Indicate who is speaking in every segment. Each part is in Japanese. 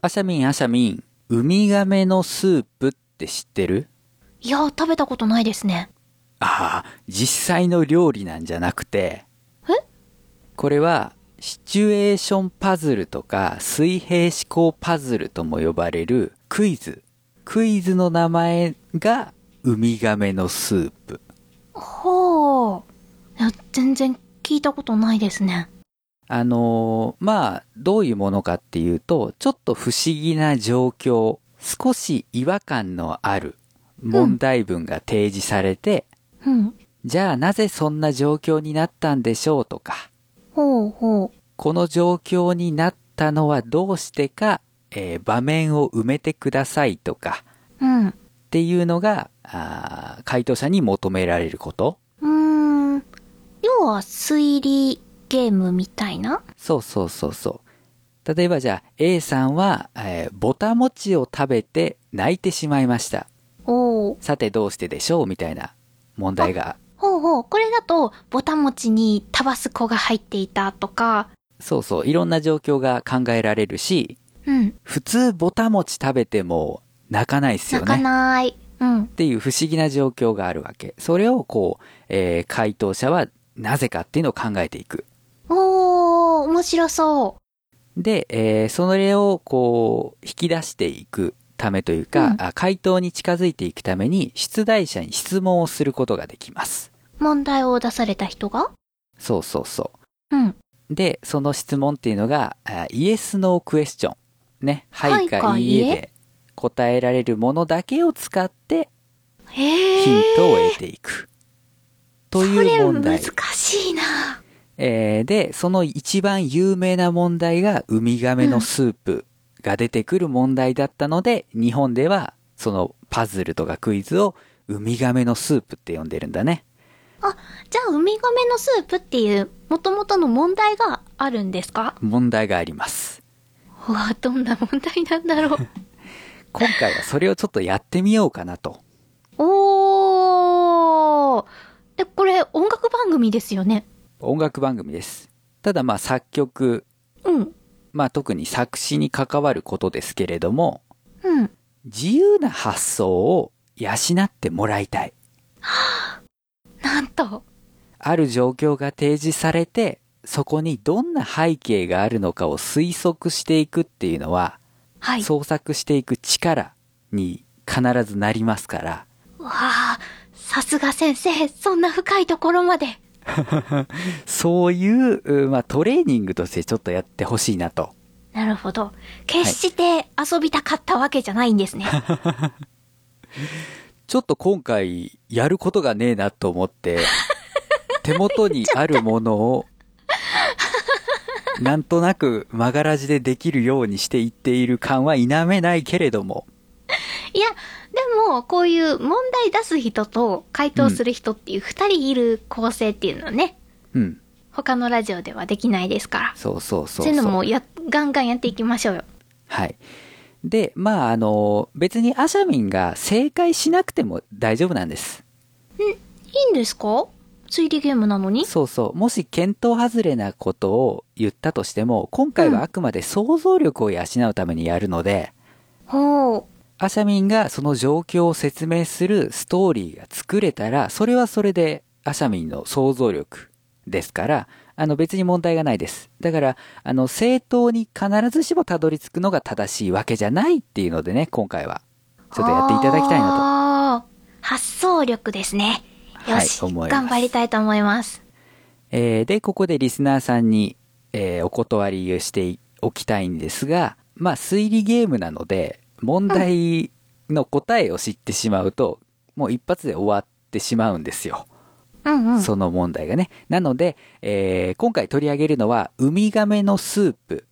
Speaker 1: あしゃみんあしゃみん、ウミガメのスープって知ってる
Speaker 2: いや、食べたことないですね。
Speaker 1: ああ、実際の料理なんじゃなくて、
Speaker 2: え
Speaker 1: これはシチュエーションパズルとか水平思考パズルとも呼ばれるクイズ。クイズの名前がウミガメのスープ。
Speaker 2: ほう。いや、全然聞いたことないですね。
Speaker 1: あのーまあ、どういうものかっていうと、ちょっと不思議な状況、少し違和感のある問題文が提示されて、
Speaker 2: うん。
Speaker 1: じゃあなぜそんな状況になったんでしょうとか、
Speaker 2: ほうほう。
Speaker 1: この状況になったのはどうしてか、えー場面を埋めてくださいとか
Speaker 2: うん。う
Speaker 1: っていうのがあー回答者に求められること
Speaker 2: ーん。要は、推理ゲームみたいな
Speaker 1: そうそうそうそう例えばじゃあ A さんは、えーぼたもちを食べて泣いてしまいました
Speaker 2: おう。
Speaker 1: さてどうしてでしょうみたいな問題が
Speaker 2: ほうほう。これだと、ぼたもちにタバスコが入っていたとか、
Speaker 1: そうそういろんな状況が考えられるし
Speaker 2: うん。
Speaker 1: 普通ぼたもち食べても泣かないですよ
Speaker 2: 泣
Speaker 1: ね
Speaker 2: かない。うん
Speaker 1: っ。ていう不思議な状況があるわけ。それをこう、えー回答者はなぜかっていうのを考えていく。
Speaker 2: おー、面白そ
Speaker 1: で、えーそれをこう、引き出していくためというか、
Speaker 2: うん
Speaker 1: あ回答に近づいていくために、出題者に質問をすることができます。
Speaker 2: う。問題を出された人が
Speaker 1: そうそうそ
Speaker 2: うん。
Speaker 1: う。で、その質問っていうのが、あイエス・ノー・クエスチョン。ね、は
Speaker 2: はいいか
Speaker 1: かいい
Speaker 2: いい
Speaker 1: え
Speaker 2: え
Speaker 1: で答えられるものだけを使って
Speaker 2: へえ。
Speaker 1: ヒントを得ていく。という問題。
Speaker 2: それ難しいな。
Speaker 1: えーで、その一番有名な問題がウミガメのスープが出てくる問題だったので、日本ではそのパズルとかクイズをウミガメのスープって呼んでるんだね。
Speaker 2: あ、じゃあウミガメのスープっていう元々の問題があるんですか
Speaker 1: 問題があります。
Speaker 2: うわ、どんな問題なんだ ろう。
Speaker 1: 今回はそれをちょっとやってみようかなと。
Speaker 2: おー。え、これ音楽番組ですよね。
Speaker 1: 音楽番組です。ただまあ作曲、
Speaker 2: うん。
Speaker 1: まあ特に作詞に関わることですけれども、
Speaker 2: うん。
Speaker 1: 自由な発想を養ってもらいたい。
Speaker 2: なんと。
Speaker 1: ある状況が提示されてそこにどんな背景があるのかを推測していくっていうのは、
Speaker 2: はい。
Speaker 1: 創作していく力に必ずなりますから
Speaker 2: うわあ、さすが先生、そんな深いところまで。
Speaker 1: そういう、うんまあ、トレーニングとしてちょっとやってほしいなと
Speaker 2: なるほど。決して遊びたかったわけじゃないんですね。
Speaker 1: ちょっと今回やることがねえなと思って 手元にあるものをなんとなく曲がらじでできるようにしていっている感は否めないけれども
Speaker 2: いや、でも、こういう問題出す人と回答する人っていう二人いる構成っていうのはね、
Speaker 1: うん
Speaker 2: 他のラジオではできないですから。
Speaker 1: そうそうそう
Speaker 2: そういうのもや、ガンガンやっていきましょうよ。
Speaker 1: はい。で、まあ、あの、別にアシャミンが正解しなくても大丈夫なんです。
Speaker 2: いいんですか推理ゲームなのに
Speaker 1: そうそう。もし検討外れなことを言ったとしても、今回はあくまで想像力を養うためにやるので、
Speaker 2: ほ
Speaker 1: アシャミンがその状況を説明するストーリーが作れたら、それはそれでアシャミンの想像力ですから、あの別に問題がないです。だから、あの正当に必ずしもたどり着くのが正しいわけじゃないっていうのでね、今回は
Speaker 2: う。
Speaker 1: ちょっとやっていただきたいなと。
Speaker 2: なと。発想力ですね。よし、
Speaker 1: はい思います
Speaker 2: 頑張りたいと思います。
Speaker 1: えーで、ここでリスナーさんに、えーお断りをしておきたいんですが、まあ、推理ゲームなので、問題の答えを知ってしまうと、もう一発で終わってしまうんですよ。
Speaker 2: うんうん。
Speaker 1: その問題がね。なので、えー今回取り上げるのは、ウミガメのスープ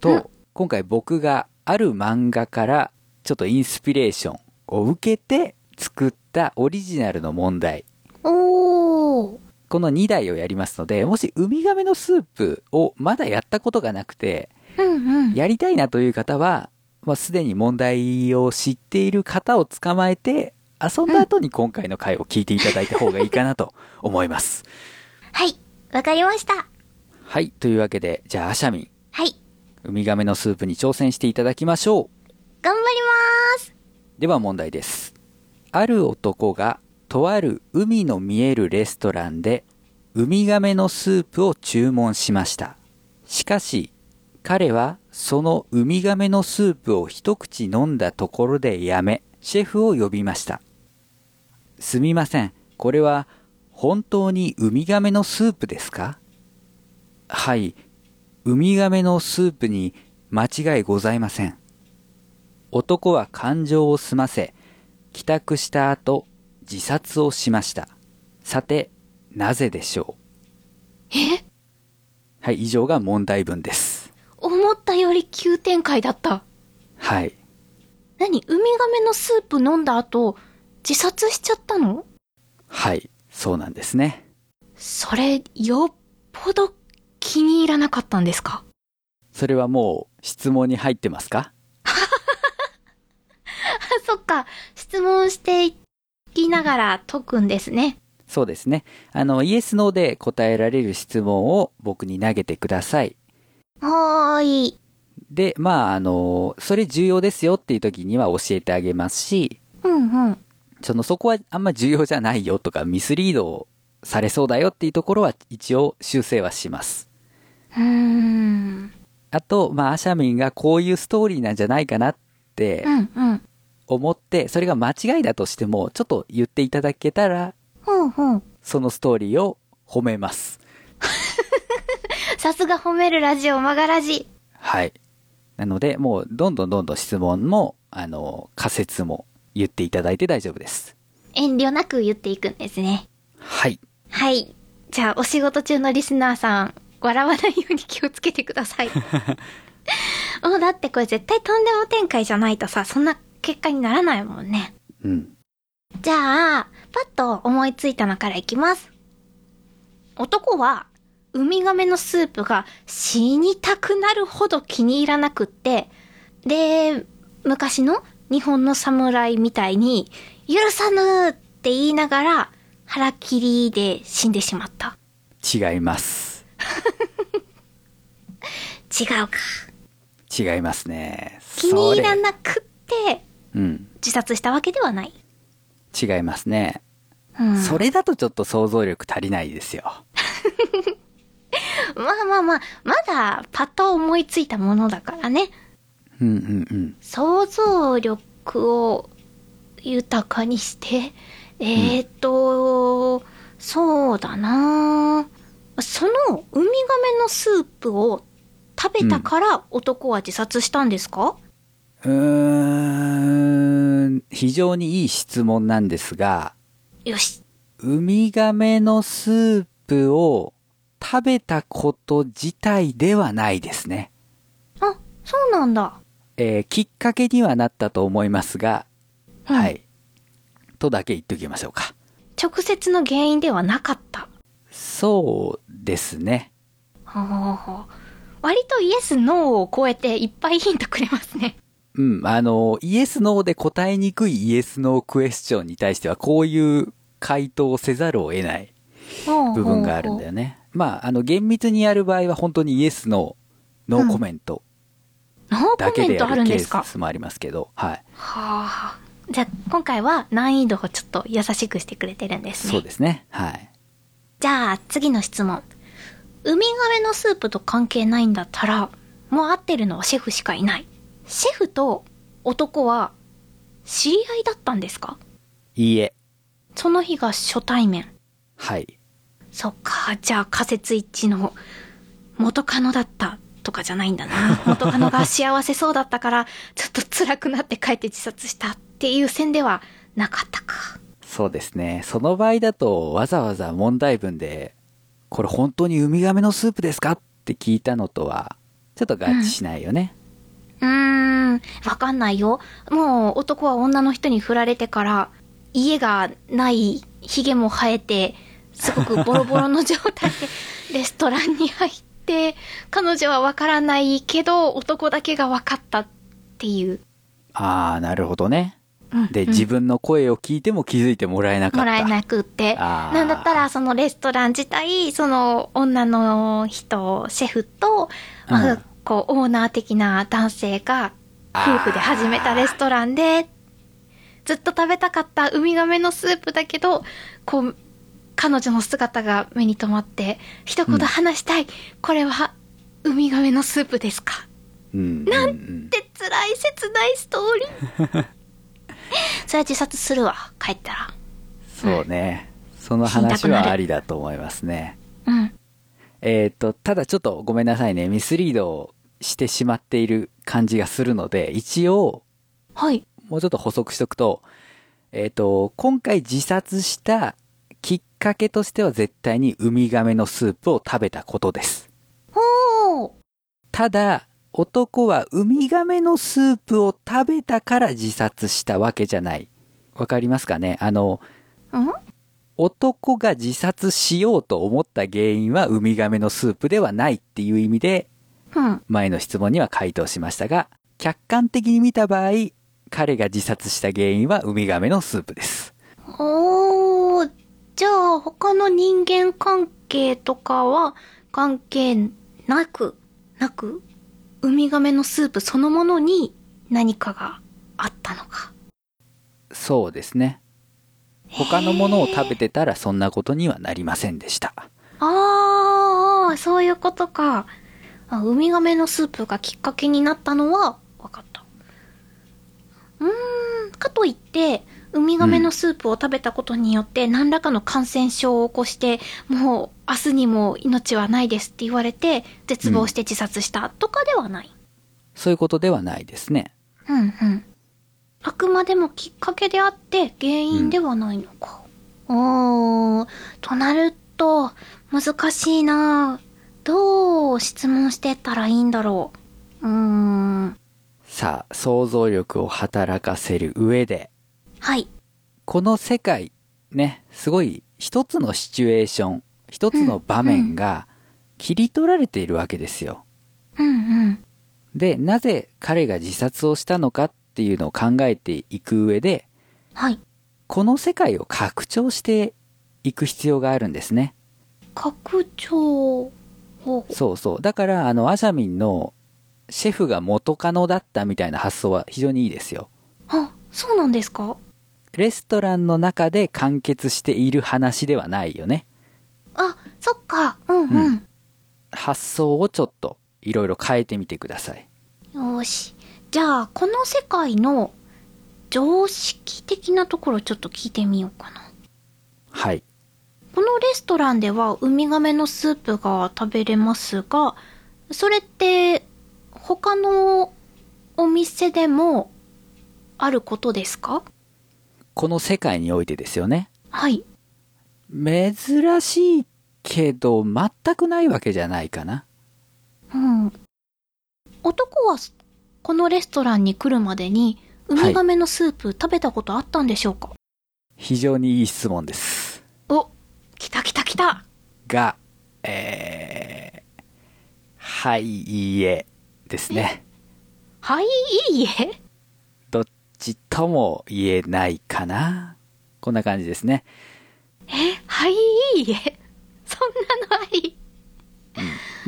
Speaker 1: と、
Speaker 2: うん
Speaker 1: 今回僕がある漫画から、ちょっとインスピレーションを受けて作ったオリジナルの問題
Speaker 2: おー。
Speaker 1: この2台をやりますので、もしウミガメのスープをまだやったことがなくて、
Speaker 2: うんうん。
Speaker 1: やりたいなという方は、まあ、すでに問題を知っている方を捕まえて、遊んだ後に今回の回を聞いていただいた方がいいかなと思います。
Speaker 2: はい、わかりました。
Speaker 1: はい、というわけで、じゃあ、アシャミン、
Speaker 2: はい。
Speaker 1: ウミガメのスープに挑戦していただきましょう。
Speaker 2: 頑張ります。
Speaker 1: では問題です。ある男が、とある海の見えるレストランで、ウミガメのスープを注文しました。しかし、彼はそのウミガメのスープを一口飲んだところでやめ、シェフを呼びました。すみません、これは本当にウミガメのスープですかはい、ウミガメのスープに間違いございません。男は感情を済ませ帰宅した後自殺をしましたさてなぜでしょ
Speaker 2: え
Speaker 1: うはい以上が問題文です
Speaker 2: 思ったより急展開だった。
Speaker 1: はい
Speaker 2: 何ウミガメのスープ飲んだ後、自殺しちゃったの
Speaker 1: はいそうなんですね
Speaker 2: それ、よっぽど気に入らなかったんですか
Speaker 1: それはもう質問に入ってますか
Speaker 2: あ、 そっか。質問していきながら解くんですね。
Speaker 1: そうですねあのイエスノーで答えられる質問を僕に投げてください
Speaker 2: はーい。
Speaker 1: でまああのそれ重要ですよっていう時には教えてあげますし
Speaker 2: うんうん。
Speaker 1: そのそこはあんま重要じゃないよとかミスリードされそうだよっていうところは一応修正はします。
Speaker 2: うーん。
Speaker 1: あと、まあ、アシャミンがこういうストーリーなんじゃないかなって
Speaker 2: うんうん。
Speaker 1: 思って、それが間違いだとしても、ちょっと言っていただけたら、
Speaker 2: ほうほう。
Speaker 1: そのストーリーを褒めます。
Speaker 2: さすが褒めるラジオ、マガラジ。
Speaker 1: はい。なので、もう、どんどんどんどん質問も、あの、仮説も言っていただいて大丈夫です。
Speaker 2: 遠慮なく言っていくんですね。
Speaker 1: はい。
Speaker 2: はい。じゃあ、お仕事中のリスナーさん、笑わないように気をつけてください。 もうだってこれ絶対とんでも展開じゃないとさ、そんな結果にならないもんね。
Speaker 1: うん。
Speaker 2: じゃあ、パッと思いついたのからいきます。男は、ウミガメのスープが死にたくなるほど気に入らなくって、で、昔の日本の侍みたいに、許さぬって言いながら、腹切りで死んでしまった。
Speaker 1: 違います。
Speaker 2: 違うか。
Speaker 1: 違いますね。
Speaker 2: 気に入ら
Speaker 1: い。
Speaker 2: なくって、
Speaker 1: うん。
Speaker 2: 自殺したわけではない。
Speaker 1: 違いますね。
Speaker 2: うん、
Speaker 1: それだとちょっと想像力足りないですよ。
Speaker 2: まあまあまあ、まだパッと思いついたものだからね。
Speaker 1: うんうんうん。
Speaker 2: 想像力を豊かにして、えー、っと、そうだなそのウミガメのスープを食べたから男は自殺したんですか、
Speaker 1: うーん、非常にいい質問なんですが、
Speaker 2: よし。
Speaker 1: ウミガメのスープを食べたこと自体ではないですね。
Speaker 2: あ、そうなんだ。
Speaker 1: えーきっかけにはなったと思いますが、
Speaker 2: うん
Speaker 1: はい。とだけ言っておきましょうか。
Speaker 2: 直接の原因ではなかった。
Speaker 1: そうですね。
Speaker 2: ほうほうほう割とイエス、ノーを超えていっぱいヒントくれま すね。
Speaker 1: うん、あの、イエスノーで答えにくいイエスノークエスチョンに対しては、こういう回答をせざるを得ない部
Speaker 2: 部
Speaker 1: 分があるんだよね。まあ、あの、厳密にやる場合は本当にイエス、ノー、ノーコメント
Speaker 2: ノー
Speaker 1: だ
Speaker 2: コ
Speaker 1: け
Speaker 2: メ
Speaker 1: で
Speaker 2: ント
Speaker 1: や
Speaker 2: ある
Speaker 1: る
Speaker 2: ん
Speaker 1: ケ
Speaker 2: ですか
Speaker 1: ースもありますけど、はい。
Speaker 2: はあ。じゃあ、今回は難易度をちょっと優しくしてくれてるんですね。
Speaker 1: そうですね。はい。
Speaker 2: じゃあ、次の質問。ウミガメのスープと関係ないんだったら、もう合ってるのはシェフしかいない。シェフと男は知り合いだったんですか
Speaker 1: いいえ。
Speaker 2: その日が初対面。
Speaker 1: はい。
Speaker 2: そっか、じゃあ仮説一致の元カノだったとかじゃないんだな。元カノが幸せそうだったから、ちょっと辛くなって帰って自殺したっていう線ではなかったか。
Speaker 1: そうですね。その場合だと、わざわざ問題文で、これ本当にウミガメのスープですかって聞いたのとは、ちょっと合致しないよね。
Speaker 2: うーん、わかんないよ。もう男は女の人に振られてから、家がない、髭も生えて、すごくボロボロの状態 で、レストランに入って、彼女はわからないけど、男だけがわかったっていう。
Speaker 1: ああ、なるほどね。
Speaker 2: うん
Speaker 1: で、
Speaker 2: うん
Speaker 1: 自分の声を聞いても気づいてもらえなかった。
Speaker 2: もらえなくって。
Speaker 1: あー
Speaker 2: なんだったら、そのレストラン自体、その女の人、シェフと、まあ
Speaker 1: うん
Speaker 2: こう、オーナー的な男性が、夫婦で始めたレストランで、ずっと食べたかったウミガメのスープだけど、こう、彼女の姿が目に留まって、一言話したい、これは、ウミガメのスープですか
Speaker 1: うん
Speaker 2: なん
Speaker 1: うん
Speaker 2: って辛い切ないストーリー それは自殺するわ帰ったら
Speaker 1: そうね。その話はありだと思いますね。
Speaker 2: うん
Speaker 1: えーっと、ただちょっとごめんなさいね。ミスリードをしてしまっている感じがするので、一応、
Speaker 2: はい
Speaker 1: もうちょっと補足しとくと、えっ、と、今回自殺したきっかけとしては絶対にウミガメのスープを食べたことです。
Speaker 2: おお
Speaker 1: ただ、男はウミガメのスープを食べたから自殺したわけじゃない。わかりますかねあの、
Speaker 2: うん
Speaker 1: 男が自殺しようと思った原因はウミガメのスープではないっていう意味で、
Speaker 2: うん
Speaker 1: 前の質問には回答しましたが、客観的に見た場合、彼が自殺した原因はウミガメのスープです。
Speaker 2: おーじゃあ他の人間関係とかは関係なくなくウミガメのスープそのものに何かがあったのか
Speaker 1: そうですね。他のものを食べてたらそんなことにはなりませんでした。
Speaker 2: ああそういうことかあウミガメのスープがきっかけになったのは分かったうーんかといってウミガメのスープを食べたことによって何らかの感染症を起こしてもう明日にも命はないですって言われて絶望して自殺したとかではない、
Speaker 1: そういうことではないですね。
Speaker 2: うん、うんあくまでもきっかけであって原因ではないのか、おーとなると難しいなどう質問してったらいいんだろううーん
Speaker 1: さあ、想像力を働かせる上で、
Speaker 2: はい
Speaker 1: この世界、ね、すごい一つのシチュエーション、一つの場面が切り取られているわけですよ。
Speaker 2: うんうん
Speaker 1: でなぜ彼が自殺をしたのかっていうのを考えていく上で
Speaker 2: はい
Speaker 1: この世界を拡張していく必要があるんですね
Speaker 2: 拡張方法
Speaker 1: そうそうだからあのアシャミンのシェフが元カノだったみたいな発想は非常にいいですよ
Speaker 2: あそうなんですか
Speaker 1: レストランの中で完結している話ではないよね
Speaker 2: あそっかうんうん、
Speaker 1: うん発想をちょっといろいろ変えてみてください
Speaker 2: よーし。じゃあ、この世界の常識的なところちょっと聞いてみようかな。
Speaker 1: はい
Speaker 2: このレストランではウミガメのスープが食べれますが、それって他のお店でもあることですか
Speaker 1: この世界においてですよね
Speaker 2: はい。
Speaker 1: 珍しいけど全くないわけじゃないかな
Speaker 2: うん。男はこのレストランに来るまでにウミガメのスープ食べたことあったんでしょうか、
Speaker 1: 非常にいい質問です
Speaker 2: お、来た来た来た
Speaker 1: がえー、はいいいえですね
Speaker 2: はい、いいえ
Speaker 1: どっちとも言えないかなこんな感じですね
Speaker 2: え、はい、いいえ。そんなのはいい。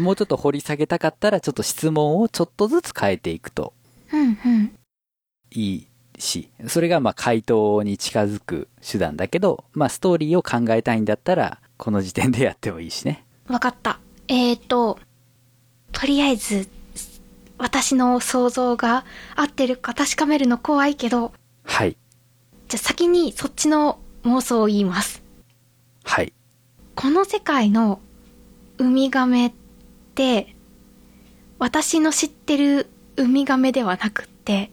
Speaker 1: もうちょっと掘り下げたかったらちょっと質問をちょっとずつ変えていくと
Speaker 2: うんうん。
Speaker 1: いいしそれがまあ回答に近づく手段だけど、まあ、ストーリーを考えたいんだったらこの時点でやってもいいしね
Speaker 2: わかった。えーと、とりあえず、私の想像が合ってるか確かめるの怖いけど、
Speaker 1: はい
Speaker 2: じゃあ先にそっちの妄想を言います。
Speaker 1: はい
Speaker 2: この世界のウミガメって、私の知ってるウミガメではなくって、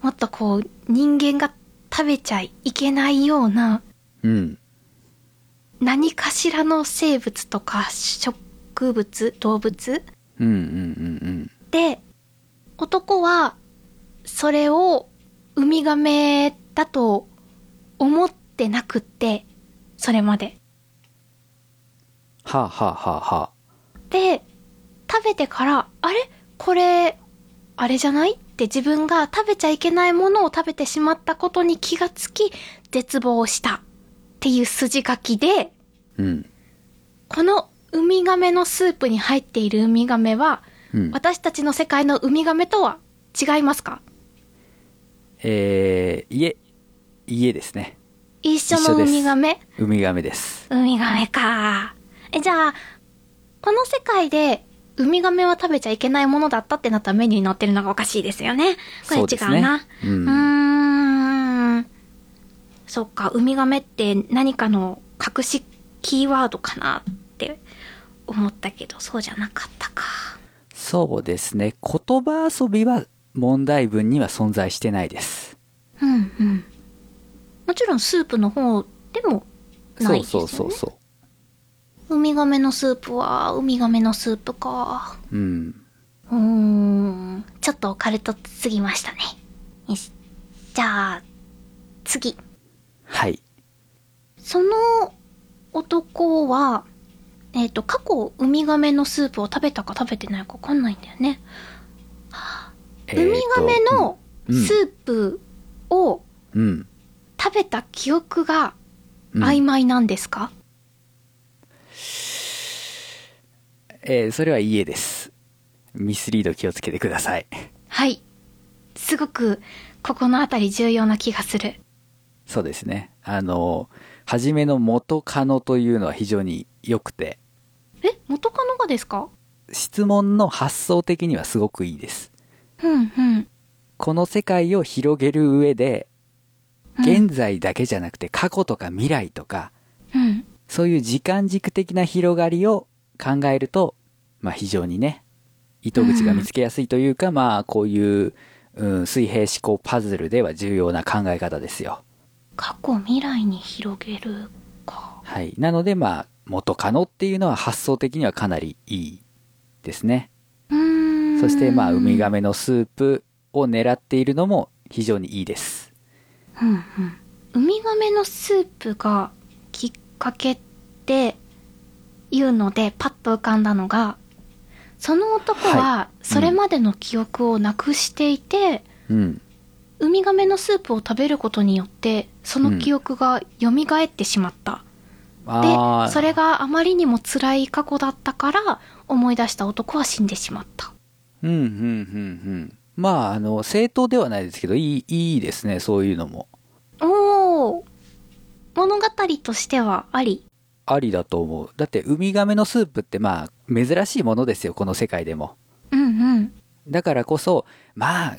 Speaker 2: もっとこう、人間が食べちゃいけないような、
Speaker 1: うん
Speaker 2: 何かしらの生物とか植物動物
Speaker 1: うんうんうん
Speaker 2: で男はそれをウミガメだと思ってなくってそれまで
Speaker 1: はあ、はあはあはあ
Speaker 2: で食べてからあれこれあれじゃないって自分が食べちゃいけないものを食べてしまったことに気がつき絶望したっていう筋書きで
Speaker 1: うん
Speaker 2: このウミガメのスープに入っているウミガメは
Speaker 1: うん
Speaker 2: 私たちの世界のウミガメとは違いますか
Speaker 1: えー、家、家ですね。
Speaker 2: 一緒のウミガメ
Speaker 1: ウミガメです。
Speaker 2: ウミガメか。え、じゃあ、この世界で、ウミガメは食べちゃいけないものだったってなったらメニューに載ってるのがおかしいですよね。これ違
Speaker 1: そうです
Speaker 2: う
Speaker 1: ね
Speaker 2: な。
Speaker 1: うん
Speaker 2: うーん。そっか、ウミガメって何かの隠しキーワードかなって思ったけど、そうじゃなかったか。
Speaker 1: そうですね。言葉遊びは問題文には存在してないです。
Speaker 2: うんうん。もちろんスープの方でもないです
Speaker 1: そ
Speaker 2: よ、
Speaker 1: うそう
Speaker 2: ね。
Speaker 1: そうそ
Speaker 2: ウミガメのスープは、ウミガメのスープか。
Speaker 1: う。うん。
Speaker 2: うーん、ちょっとオカルトすぎましたね。よし。じゃあ、次。
Speaker 1: はい。
Speaker 2: その男は、えっ、と、過去ウミガメのスープを食べたか食べてないかわかんないんだよね。
Speaker 1: えーと
Speaker 2: ウミガメの
Speaker 1: うん
Speaker 2: スープを
Speaker 1: うん。
Speaker 2: 食べた記憶が
Speaker 1: うん
Speaker 2: 曖昧なんですか、
Speaker 1: えーそれは家です。ミスリード気をつけてください。
Speaker 2: はい。すごく、ここのあたり重要な気がする。
Speaker 1: そうですね。あの、初めの元カノというのは非常に良くて、
Speaker 2: え、元カノがですか
Speaker 1: 質問の発想的にはすごくいいです。
Speaker 2: うん、うん。
Speaker 1: この世界を広げる上で、
Speaker 2: うん
Speaker 1: 現在だけじゃなくて過去とか未来とか、
Speaker 2: うん。
Speaker 1: そういう時間軸的な広がりを考えると、まあ非常にね、糸口が見つけやすいというか、まあこういう、うん、水平思考パズルでは重要な考え方ですよ。
Speaker 2: 過去未来に広げるか。
Speaker 1: はい。なのでまあ元カノっていうのは発想的にはかなりいいですね。
Speaker 2: うーん。
Speaker 1: そしてまあウミガメのスープを狙っているのも非常にいいです。
Speaker 2: うんうん。ウミガメのスープがきっかけっていうのでパッと浮かんだのが、その男はそれまでの記憶をなくしていて、
Speaker 1: うん。
Speaker 2: ウミガメのスープを食べることによって、その記憶が蘇ってしまった。
Speaker 1: あ
Speaker 2: で、
Speaker 1: ー
Speaker 2: それがあまりにも辛い過去だったから、思い出した男は死んでしまった。
Speaker 1: うんうんうんうん。まあ、あの、正当ではないですけど、いい、いいですね、そういうのも。
Speaker 2: おー物語としてはあり。
Speaker 1: ありだと思う。だって、ウミガメのスープって、まあ、珍しいものですよ、この世界でも。
Speaker 2: うんうん。
Speaker 1: だからこそ、まあ、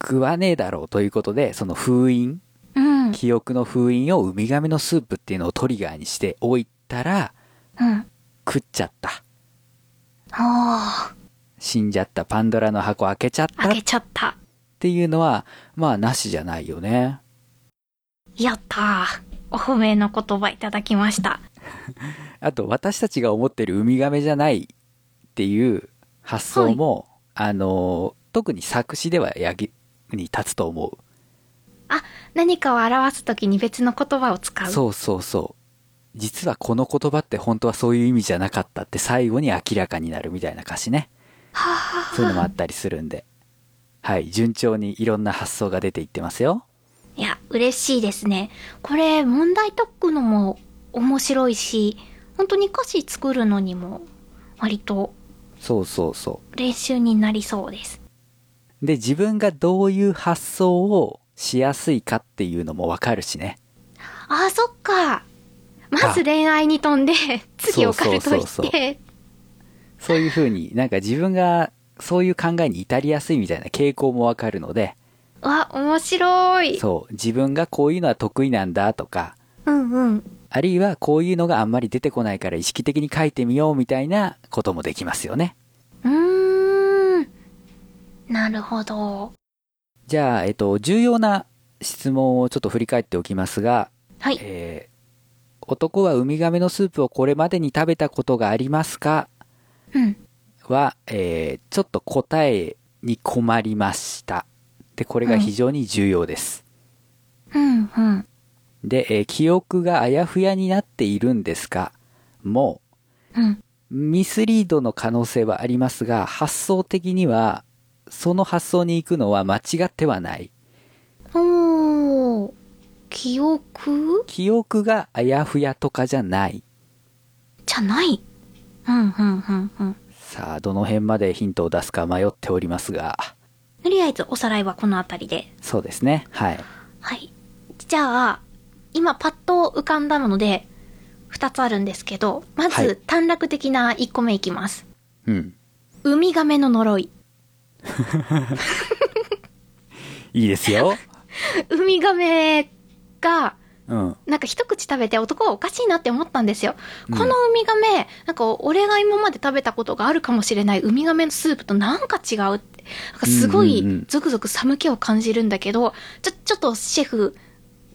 Speaker 1: 食わねえだろうということで、その封印、
Speaker 2: うん。
Speaker 1: 記憶の封印をウミガメのスープっていうのをトリガーにしておいたら、
Speaker 2: うん。
Speaker 1: 食っちゃった。
Speaker 2: あ
Speaker 1: 死んじゃった、パンドラの箱開けちゃった
Speaker 2: あ、
Speaker 1: っ
Speaker 2: 開けちゃった。
Speaker 1: ていうのは、まあ、なしじゃないよね。
Speaker 2: やったー。お褒めの言葉いただきました。
Speaker 1: あと私たちが思ってるウミガメじゃないっていう発想も、あの特に作詞では役に立つと思う、
Speaker 2: あ、何かを表すときに別の言葉を使う。
Speaker 1: そうそうそう実はこの言葉って本当はそういう意味じゃなかったって最後に明らかになるみたいな歌詞ね
Speaker 2: はあはあはあ
Speaker 1: そういうのもあったりするんではい順調にいろんな発想が出ていってますよ
Speaker 2: いや、嬉しいですね。これ、問題解くのも面白いし、本当に歌詞作るのにも、割と
Speaker 1: そうそうそ
Speaker 2: 練習になりそうです。
Speaker 1: うで自分がどういう発想をしやすいかっていうのもわかるしね
Speaker 2: あー、そっか。まず
Speaker 1: あ
Speaker 2: 恋愛に飛んで、次オカルト
Speaker 1: そう
Speaker 2: 行
Speaker 1: そうそうそ
Speaker 2: って。
Speaker 1: そういうふうになんか自分がそういう考えに至りやすいみたいな傾向もわかるので、
Speaker 2: わ、面白い。
Speaker 1: そう、自分がこういうのは得意なんだとか、
Speaker 2: うんうん。
Speaker 1: あるいはこういうのがあんまり出てこないから意識的に書いてみようみたいなこともできますよね。
Speaker 2: うーん。なるほど。
Speaker 1: じゃあ、えっと、重要な質問をちょっと振り返っておきますが、
Speaker 2: はい。
Speaker 1: えー男はウミガメのスープをこれまでに食べたことがありますか
Speaker 2: うん。
Speaker 1: は、えーちょっと答えに困りました。で、これが非常に重要です。
Speaker 2: うんうん。
Speaker 1: で、えー記憶があやふやになっているんですかも
Speaker 2: うん。
Speaker 1: う、ミスリードの可能性はありますが、発想的には、その発想に行くのは間違ってはない。
Speaker 2: おー。記憶
Speaker 1: 記憶があやふやとかじゃない。
Speaker 2: じゃない。うんうんうんうん。
Speaker 1: さあ、どの辺までヒントを出すか迷っておりますが、
Speaker 2: とりあえずおさらいはこのあたりで。
Speaker 1: そうですね。はい。
Speaker 2: はい。じゃあ、今パッと浮かんだので、二つあるんですけど、ま
Speaker 1: は
Speaker 2: ず
Speaker 1: い
Speaker 2: 短絡的な一個目いきます。
Speaker 1: うん。
Speaker 2: ウミガメの呪い。
Speaker 1: いいです よ。
Speaker 2: ウミガメが、
Speaker 1: うん。
Speaker 2: なんか一口食べて男はおかしいなって思ったんですよ。
Speaker 1: うん
Speaker 2: このウミガメ、なんか俺が今まで食べたことがあるかもしれないウミガメのスープとなんか違うって。なんかすご
Speaker 1: うんうんう
Speaker 2: い
Speaker 1: ん
Speaker 2: ゾクゾク寒気を感じるんだけど、ちょ、ちょっとシェフ、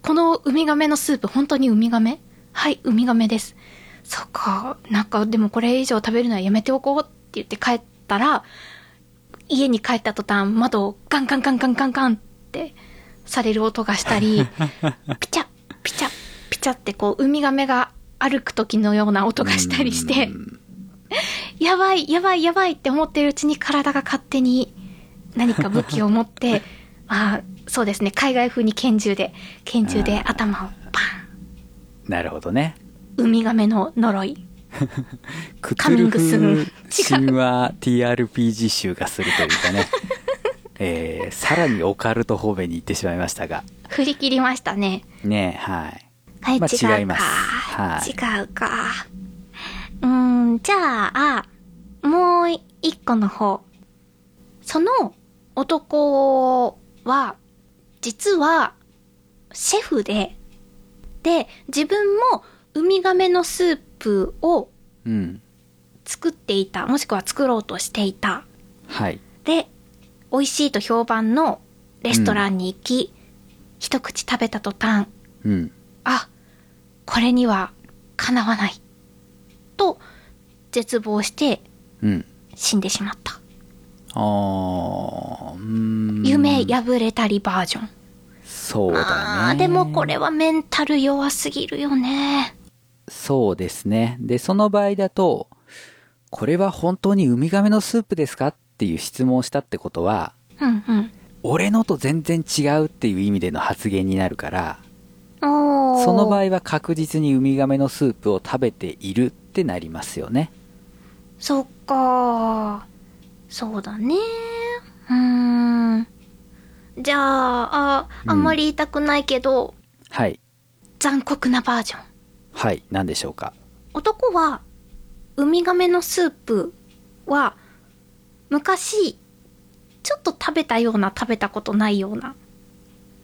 Speaker 2: このウミガメのスープ本当にウミガメはい、ウミガメです。そっか、なんかでもこれ以上食べるのはやめておこうって言って帰ったら、家に帰った途端窓をガンガンガンガンガンガンってされる音がし たり、ピチャピチャピチャってこうウミガメが歩く時のような音がしたりして
Speaker 1: うん
Speaker 2: やばいやばいやばいって思ってるうちに体が勝手に何か武器を持って まあそうですね海外風に拳銃で拳銃で
Speaker 1: あー
Speaker 2: 頭をパ
Speaker 1: なるほどね。
Speaker 2: ンウミガメの呪い
Speaker 1: クト
Speaker 2: カ
Speaker 1: ゥ
Speaker 2: ミン
Speaker 1: ル
Speaker 2: グスーン
Speaker 1: フ神話 TRPG 集がするというか ね。えー、さらにオカルト方面に行ってしまいましたが。
Speaker 2: 振り切りましたね
Speaker 1: ねえ、はい。
Speaker 2: はい、
Speaker 1: まあ
Speaker 2: 違うか。
Speaker 1: 違いますはい
Speaker 2: 違うか。うーん、じゃあ、もう一個の方。その男は、実は、シェフで、で、自分もウミガメのスープを
Speaker 1: うん。
Speaker 2: 作っていた、もしくは作ろうとしていた。
Speaker 1: はい。
Speaker 2: で、美味しいと評判のレストランに行き、一口食べた途端、
Speaker 1: うん。
Speaker 2: あ、これにはかなわない。と、絶望して
Speaker 1: うん。
Speaker 2: 死んでしまった。
Speaker 1: あー、うーん。
Speaker 2: 夢破れたりバージョン。
Speaker 1: そう
Speaker 2: あ
Speaker 1: だ
Speaker 2: ー
Speaker 1: ね。
Speaker 2: でもこれはメンタル弱すぎるよね。
Speaker 1: そうですね。で、その場合だと、これは本当にウミガメのスープですかっていう質問をしたってことは、
Speaker 2: うん
Speaker 1: 俺のと全然違うっていう意味での発言になるから、
Speaker 2: うん。おー
Speaker 1: その場合は確実にウミガメのスープを食べているってなりますよね。
Speaker 2: そっかーそうだねうーん。じゃあ、あ、あんまり言いたくないけど、
Speaker 1: はい。
Speaker 2: 残酷なバージョン。
Speaker 1: はい。何でしょうか。
Speaker 2: 男はウミガメのスープは昔ちょっと食べたような食べたことないようなっ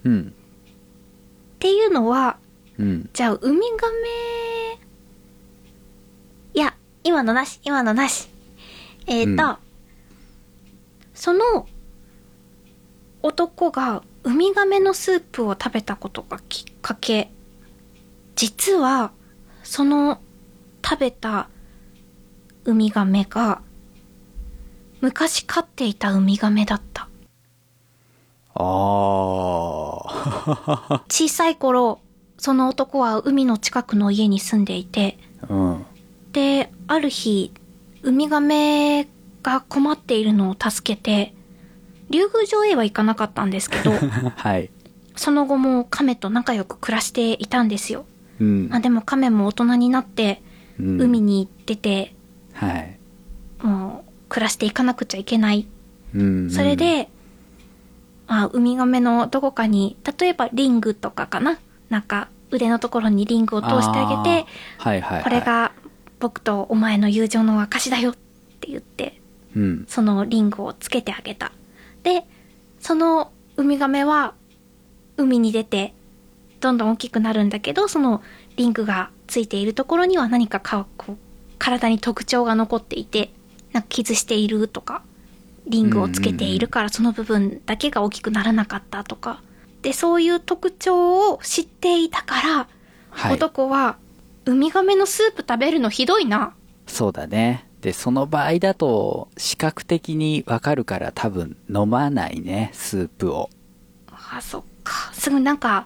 Speaker 1: うん。
Speaker 2: ていうのは
Speaker 1: うん。
Speaker 2: じゃあウミガメいや今のなし今のなしえっ、ー、と、
Speaker 1: うん
Speaker 2: その男がウミガメのスープを食べたことがきっかけ実はその食べたウミガメが昔飼っていたウミガメだった
Speaker 1: あー。
Speaker 2: 小さい頃その男は海の近くの家に住んでいて
Speaker 1: うん。
Speaker 2: である日ウミガメが困っているのを助けて竜宮城へは行かなかったんです けど
Speaker 1: はい。
Speaker 2: その後も亀と仲良く暮らしていたんですよ、
Speaker 1: うん
Speaker 2: まあ、。でも亀も大人になって
Speaker 1: うん
Speaker 2: 海。に出て、
Speaker 1: はい。
Speaker 2: もう暮らしていかなくちゃいけない
Speaker 1: うん。
Speaker 2: それ、で、まあ、ウミガメのどこかに例えばリングとかかななんか腕のところにリングを通してあげて
Speaker 1: あー、はいはい、はい。
Speaker 2: これ、が僕とお前の友情の証だよって言って
Speaker 1: うん。
Speaker 2: そのリングをつけてあげたでそのウミガメは海に出てどんどん大きくなるんだけどそのリングがついているところには何かかこう体に特徴が残っていてなんか傷しているとかリングをつけているからその部分だけが大きくならなかったとかでそういう特徴を知っていたから、
Speaker 1: はい。
Speaker 2: 男はウミガメのスープ食べるのひどいな
Speaker 1: そうだね。で、その場合だと、視覚的にわかるから多分飲まないね、スープを。
Speaker 2: あそっかすぐなんか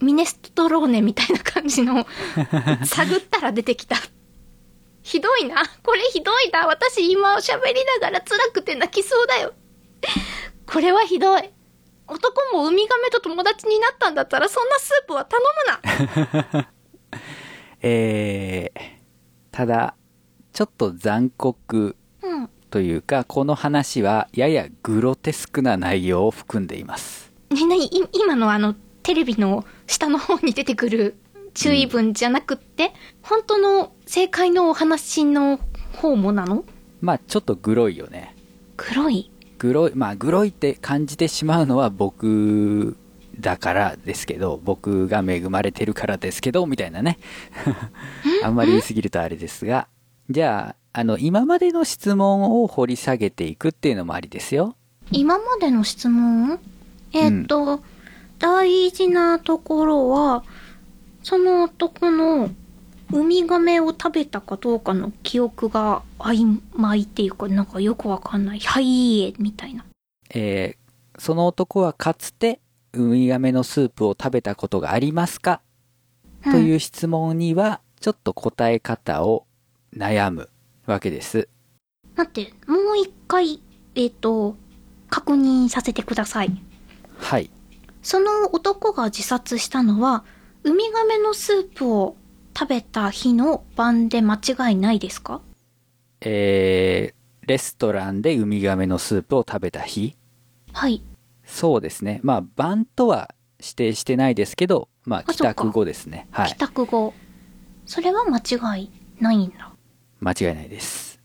Speaker 2: ミネストローネみたいな感じ の探ったら出てきたひどいなこれひどいな私今喋りながら辛くて泣きそうだよこれはひどい男もウミガメと友達になったんだったらそんなスープは頼むな
Speaker 1: えー、ただ、ちょっと残酷
Speaker 2: うん。
Speaker 1: というかこの話はややグロテスクな内容を含んでいます
Speaker 2: みんな、い今のあの、テレビの下の方に出てくる注意文じゃなくって、本当の正解のお話の方もなの
Speaker 1: まあちょっとグロいよね
Speaker 2: 黒い。
Speaker 1: グロいまあグロいって感じてしまうのは僕だからですけど僕が恵まれてるからですけどみたいなねあんまり言いすぎるとあれですがじゃああの今までの質問を掘り下げていくっていうのもありですよ
Speaker 2: 今までの質問えーっと、大事なところは、その男のウミガメを食べたかどうかの記憶が曖昧っていうか、なんかよくわかんない。はい、え、みたいな。
Speaker 1: えーその男はかつてウミガメのスープを食べたことがありますか
Speaker 2: ん
Speaker 1: という質問にはちょっと答え方を悩むわけです
Speaker 2: 待って、もう一回、えーっと、確認させてください。
Speaker 1: はい
Speaker 2: その男が自殺したのは、ウミガメのスープを食べた日の晩で間違いないですか
Speaker 1: えーレストランでウミガメのスープを食べた日
Speaker 2: はい。
Speaker 1: そうですねまあ晩とは指定してないですけどまあ
Speaker 2: あ
Speaker 1: 帰
Speaker 2: そっか
Speaker 1: 宅後ですねはい
Speaker 2: 帰宅後。それは間違いないんだ。
Speaker 1: 間違いないです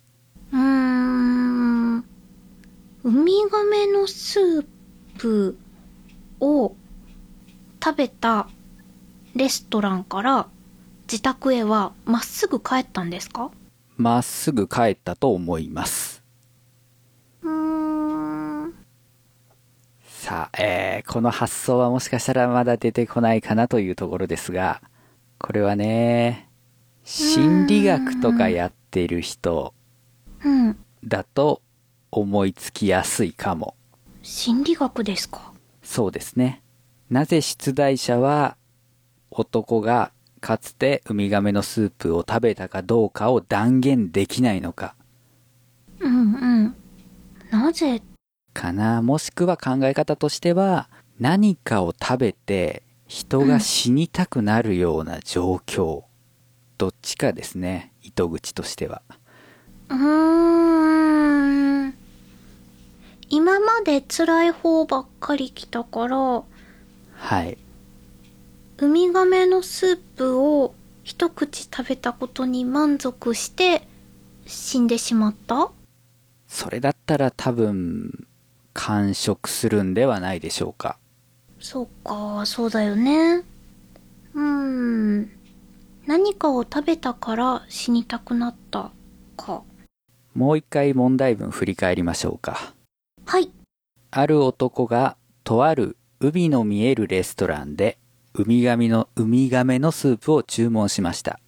Speaker 2: うーん。ウミガメのスープを食べたレストランから自宅へはまっすぐ帰ったんですか
Speaker 1: まっすぐ帰ったと思います
Speaker 2: うーん。
Speaker 1: さあ、えーこの発想はもしかしたらまだ出てこないかなというところですが、これはね、心理学とかやってる人
Speaker 2: うん。
Speaker 1: だと思いつきやすいかも。
Speaker 2: 心理学ですか
Speaker 1: そうですね。なぜ出題者は男がかつてウミガメのスープを食べたかどうかを断言できないのか。
Speaker 2: うんうん。なぜ
Speaker 1: かなもしくは考え方としては何かを食べて人が死にたくなるような状況、どっちかですね糸口としては
Speaker 2: うーん。今まで辛い方ばっかり来たから、
Speaker 1: はい
Speaker 2: ウミガメのスープを一口食べたことに満足して死んでしまった
Speaker 1: それだったら多分完食するんではないでしょうか
Speaker 2: そうか、そうだよね。うーん。何かを食べたから死にたくなったか。
Speaker 1: もう一回問題文振り返りましょうか
Speaker 2: はい。
Speaker 1: ある男がとある海の見えるレストランでウミガメのウミガメのスープを注文しました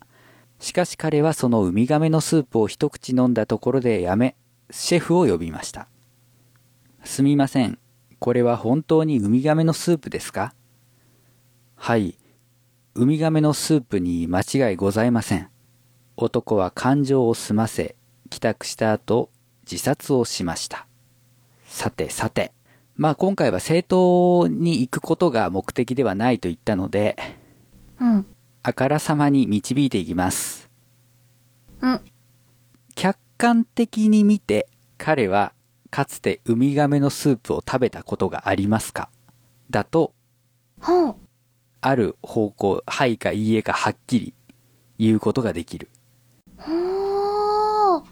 Speaker 1: しかし彼はそのウミガメのスープを一口飲んだところでやめシェフを呼びましたすみませんこれは本当にウミガメのスープですかはいウミガメのスープに間違いございません男は感情を済ませ帰宅した後自殺をしましたさてさて。まあ今回は政党に行くことが目的ではないと言ったので、
Speaker 2: うん。
Speaker 1: あからさまに導いていきます。
Speaker 2: うん。
Speaker 1: 客観的に見て、彼はかつてウミガメのスープを食べたことがありますかだと、
Speaker 2: ほう。
Speaker 1: ある方向、はいかいいえかはっきり言うことができる。
Speaker 2: おー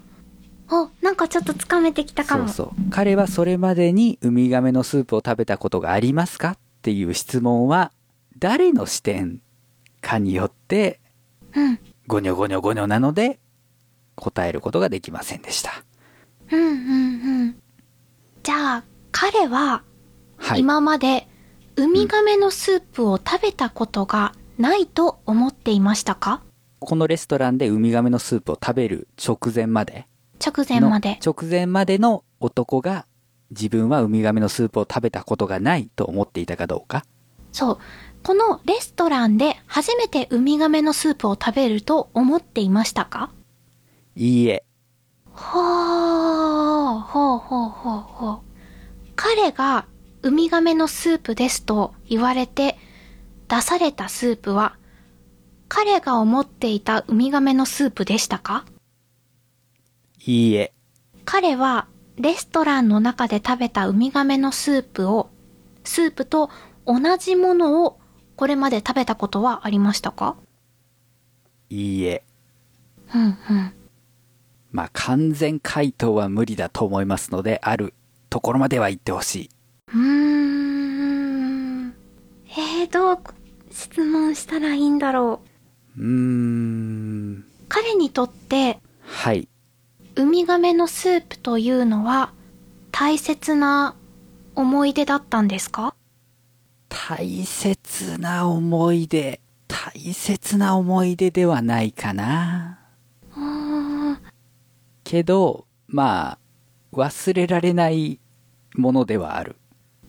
Speaker 2: あ、なんかちょっとつかめてきたか
Speaker 1: そ
Speaker 2: も。
Speaker 1: うそう。彼はそれまでにウミガメのスープを食べたことがありますかっていう質問は、誰の視点かによって
Speaker 2: うん。
Speaker 1: ゴニョゴニョゴニョなので答えることができませんでした
Speaker 2: うんうんうん。じゃあ、彼は
Speaker 1: はい
Speaker 2: 今までウミガメのスープを食べたことがないと思っていましたか
Speaker 1: このレストランでウミガメのスープを食べる直前まで
Speaker 2: 直前
Speaker 1: の
Speaker 2: まで。
Speaker 1: 直前までの男が自分はウミガメのスープを食べたことがないと思っていたかどうか
Speaker 2: そう。このレストランで初めてウミガメのスープを食べると思っていましたか
Speaker 1: いいえ
Speaker 2: ほー、ほうほうほうほう。彼がウミガメのスープですと言われて出されたスープは、彼が思っていたウミガメのスープでしたか
Speaker 1: いいえ
Speaker 2: 彼はレストランの中で食べたウミガメのスープを、スープと同じものをこれまで食べたことはありましたか
Speaker 1: いいえ。
Speaker 2: うんうん。
Speaker 1: まあ、完全回答は無理だと思いますので、あるところまでは言ってほしい。
Speaker 2: うーん。えー、どう質問したらいいんだろう。
Speaker 1: うーん。
Speaker 2: 彼にとって
Speaker 1: はい。
Speaker 2: ウミガメのスープというのは大切な思い出だったんですか
Speaker 1: 大切な思い出。大切な思い出ではないかな。
Speaker 2: うーん。
Speaker 1: けど、まあ、忘れられないものではある。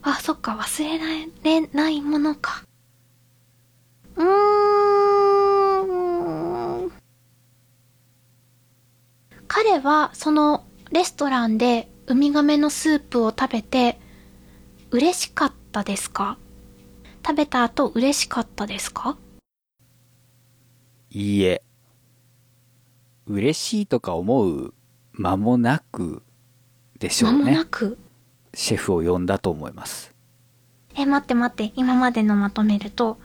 Speaker 2: あ、そっか、忘れられないものか。うーん。彼は、その、レストランで、ウミガメのスープを食べて、嬉しかったですか食べた後、嬉しかったですか
Speaker 1: いいえ。嬉しいとか思う間もなくでしょ
Speaker 2: 間
Speaker 1: う
Speaker 2: も
Speaker 1: ね
Speaker 2: な。く。
Speaker 1: シェフを呼んだと思います。
Speaker 2: え、待って待って、今までのまとめると、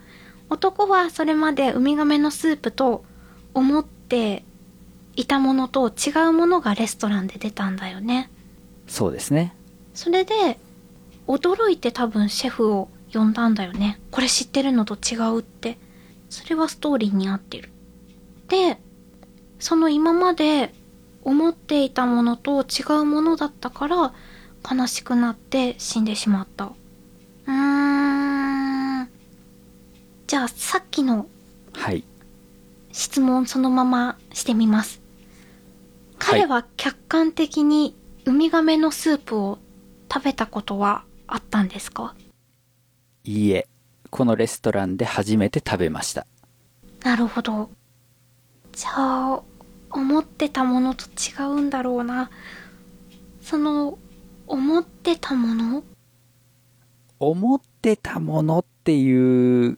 Speaker 2: 男はそれまでウミガメのスープと思っていたものと違うものがレストランで出たんだよね。
Speaker 1: そうですね。
Speaker 2: それで、驚いて多分シェフを呼んだんだよね。これ知ってるのと違うって。それはストーリーに合ってる。で、その今まで思っていたものと違うものだったから悲しくなって死んでしまった。うーん。じゃあさっきの
Speaker 1: はい。
Speaker 2: 質問そのまましてみます。
Speaker 1: はい
Speaker 2: 彼は客観的にウミガメのスープを食べたことはあったんですか
Speaker 1: いいえ。このレストランで初めて食べました。
Speaker 2: なるほど。じゃあ、思ってたものと違うんだろうな。その、思ってたもの
Speaker 1: 思ってたものっていう聞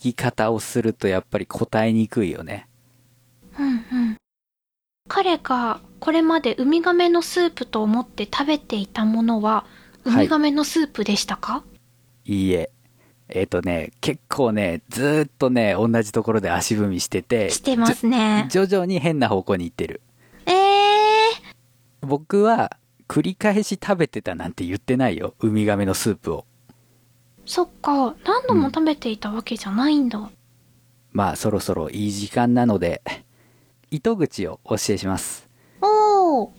Speaker 1: き方をするとやっぱり答えにくいよね。
Speaker 2: うんうん。彼がこれまでウミガメのスープと思って食べていたものは、ウ
Speaker 1: はい
Speaker 2: ミガメのスープでしたか、
Speaker 1: いいえ。えっ、とね、結構ね、ずーっとね、同じところで足踏みしてて、
Speaker 2: してますね。
Speaker 1: 徐々に変な方向に行ってる。
Speaker 2: ええー、
Speaker 1: 僕は繰り返し食べてたなんて言ってないよ。ウミガメのスープを。
Speaker 2: そっか何度も食べていたわけじゃないんだ、
Speaker 1: まあそろそろいい時間なので、糸口をお教えします。
Speaker 2: おお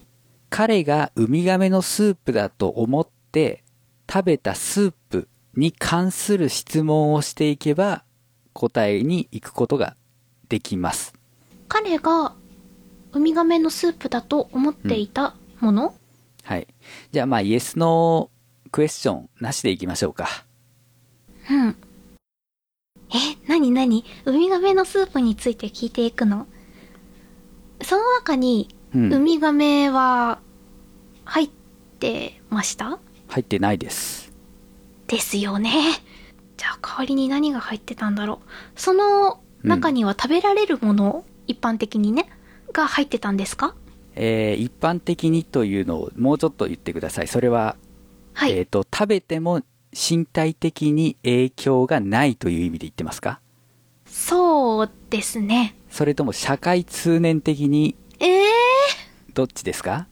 Speaker 1: 彼がウミガメのスープだと思って食べたスープに関する質問をしていけば答えに行くことができます。
Speaker 2: 彼がウミガメのスープだと思っていたもの、
Speaker 1: はい。じゃあまあイエスのクエスチョンなしでいきましょうか。
Speaker 2: うん、え何何ウミガメのスープについて聞いていくのその中に
Speaker 1: うん
Speaker 2: ウミガメは入ってました、
Speaker 1: 入ってないです。
Speaker 2: ですよねじゃあ代わりに何が入ってたんだろうその中には食べられるもの、一般的にねが入ってたんですか
Speaker 1: えー一般的にというのをもうちょっと言ってください。それは、
Speaker 2: はい、
Speaker 1: えっ、と、食べても身体的に影響がないという意味で言ってますか
Speaker 2: そうですね。
Speaker 1: それとも社会通念的に
Speaker 2: えー
Speaker 1: どっちですか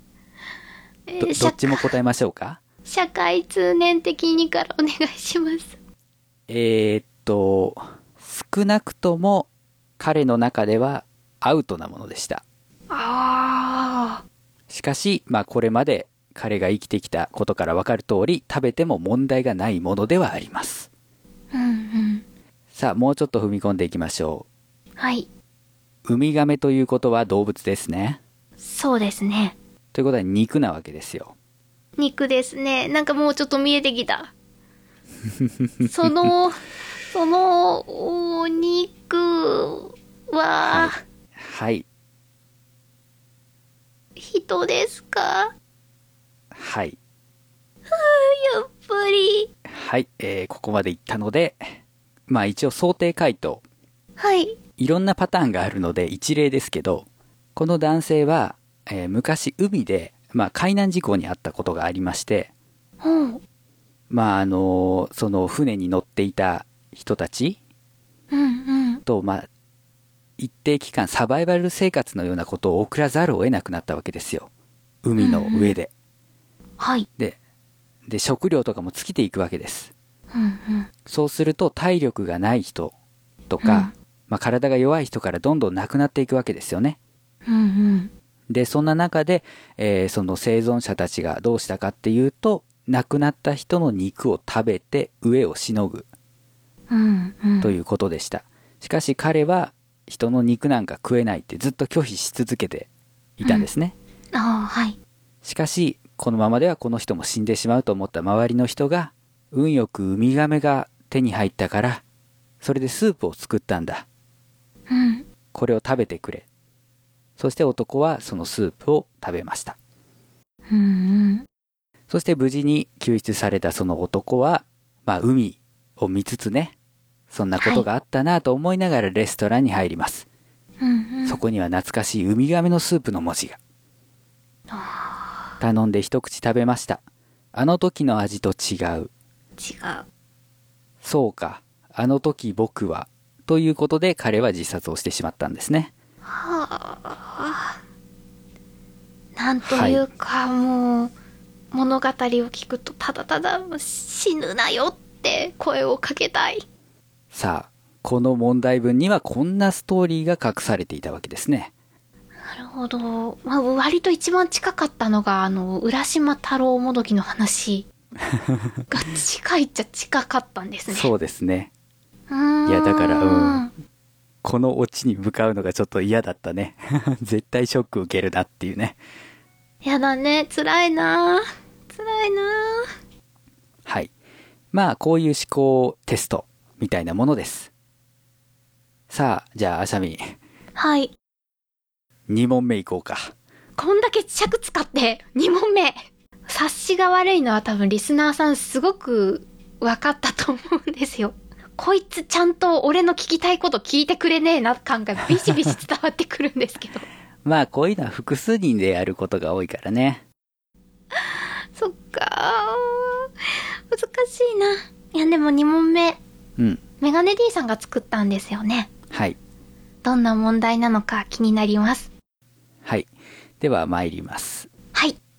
Speaker 2: え
Speaker 1: ど
Speaker 2: ー、
Speaker 1: ど
Speaker 2: 社
Speaker 1: っちも答えましょうか
Speaker 2: 社会通念的にからお願いします。
Speaker 1: えーっと、少なくとも彼の中ではアウトなものでした。
Speaker 2: ああ、
Speaker 1: しかし、まあこれまで彼が生きてきたことからわかる通り、食べても問題がないものではあります。
Speaker 2: うんうん。
Speaker 1: さあ、もうちょっと踏み込んでいきましょ
Speaker 2: はい、
Speaker 1: う。ウミガメということは動物ですね。
Speaker 2: そうですね。
Speaker 1: ということは肉なわけですよ。
Speaker 2: 肉ですね。なんかもうちょっと見えてき た。その、その、お肉は、
Speaker 1: はい。
Speaker 2: 人ですか
Speaker 1: はい。
Speaker 2: やっぱり。
Speaker 1: はい。えーここまで行ったので、まあ一応想定回答。
Speaker 2: はい。
Speaker 1: いろんなパターンがあるので一例ですけど、この男性は、えー昔海でまあ、海難事故に遭ったことがありまして、
Speaker 2: ほう。
Speaker 1: まあ、あの、その船に乗っていた人たち
Speaker 2: うんうん。
Speaker 1: と、まあ、一定期間サバイバル生活のようなことを送らざるを得なくなったわけですよ。海の上で。
Speaker 2: はい。
Speaker 1: で、で、食料とかも尽きていくわけです。
Speaker 2: うんうん。
Speaker 1: そうすると体力がない人とか、まあ、体が弱い人からどんどんなくなっていくわけですよね。
Speaker 2: うん
Speaker 1: で、そんな中で、えーその生存者たちがどうしたかっていうと、亡くなった人の肉を食べて飢えをしのぐ
Speaker 2: うん。うんうん。
Speaker 1: と
Speaker 2: う。
Speaker 1: いうことでした。しかし彼は人の肉なんか食えないってずっと拒否し続けていたんですね。
Speaker 2: ああ、はい。
Speaker 1: しかし、このままではこの人も死んでしまうと思った周りの人が、運よくウミガメが手に入ったから、それでスープを作ったんだ。
Speaker 2: うん。
Speaker 1: これを食べてくれ。そして男はそのスープを食べました。
Speaker 2: うんうん。
Speaker 1: そして無事に救出されたその男は、まあ海を見つつね、そんなことがあったなと思いながらレストランに入ります。
Speaker 2: うんうん。
Speaker 1: そこには懐かしいウミガメのスープの文字が。頼んで一口食べました。あの時の味と違う。
Speaker 2: 違う。
Speaker 1: そうか。あの時僕は。ということで彼は自殺をしてしまったんですね。
Speaker 2: はあ。なんというか、もう、物語を聞くと、ただただ、死ぬなよって声をかけたい。
Speaker 1: さあ、この問題文にはこんなストーリーが隠されていたわけですね。
Speaker 2: なるほど。まあ、割と一番近かったのが、あの、浦島太郎もどきの 話が近いっちゃ近かったんですね。
Speaker 1: そうですね。
Speaker 2: うーん。
Speaker 1: いやだからうんこのオチに向かうのがちょっと嫌だったね。 絶対ショック受けるなっていうね。
Speaker 2: やだね。辛いな辛いな
Speaker 1: はい。まあ、こういう思考テストみたいなものです。さあ、じゃあ、あしゃみ、
Speaker 2: はい。
Speaker 1: 2問目いこうか。
Speaker 2: こんだけ尺使って、2問目。察しが悪いのは多分リスナーさんすごく分かったと思うんですよ。こいつちゃんと俺の聞きたいこと聞いてくれねえな感がビシビシ伝わってくるんですけど。
Speaker 1: まあ、こういうのは複数人でやることが多いからね。
Speaker 2: そっかー難しいな。いやでも2問目、
Speaker 1: うん。
Speaker 2: メガネ D さんが作ったんですよね。
Speaker 1: はい。
Speaker 2: どんな問題なのか気になります。
Speaker 1: はい。では、参ります。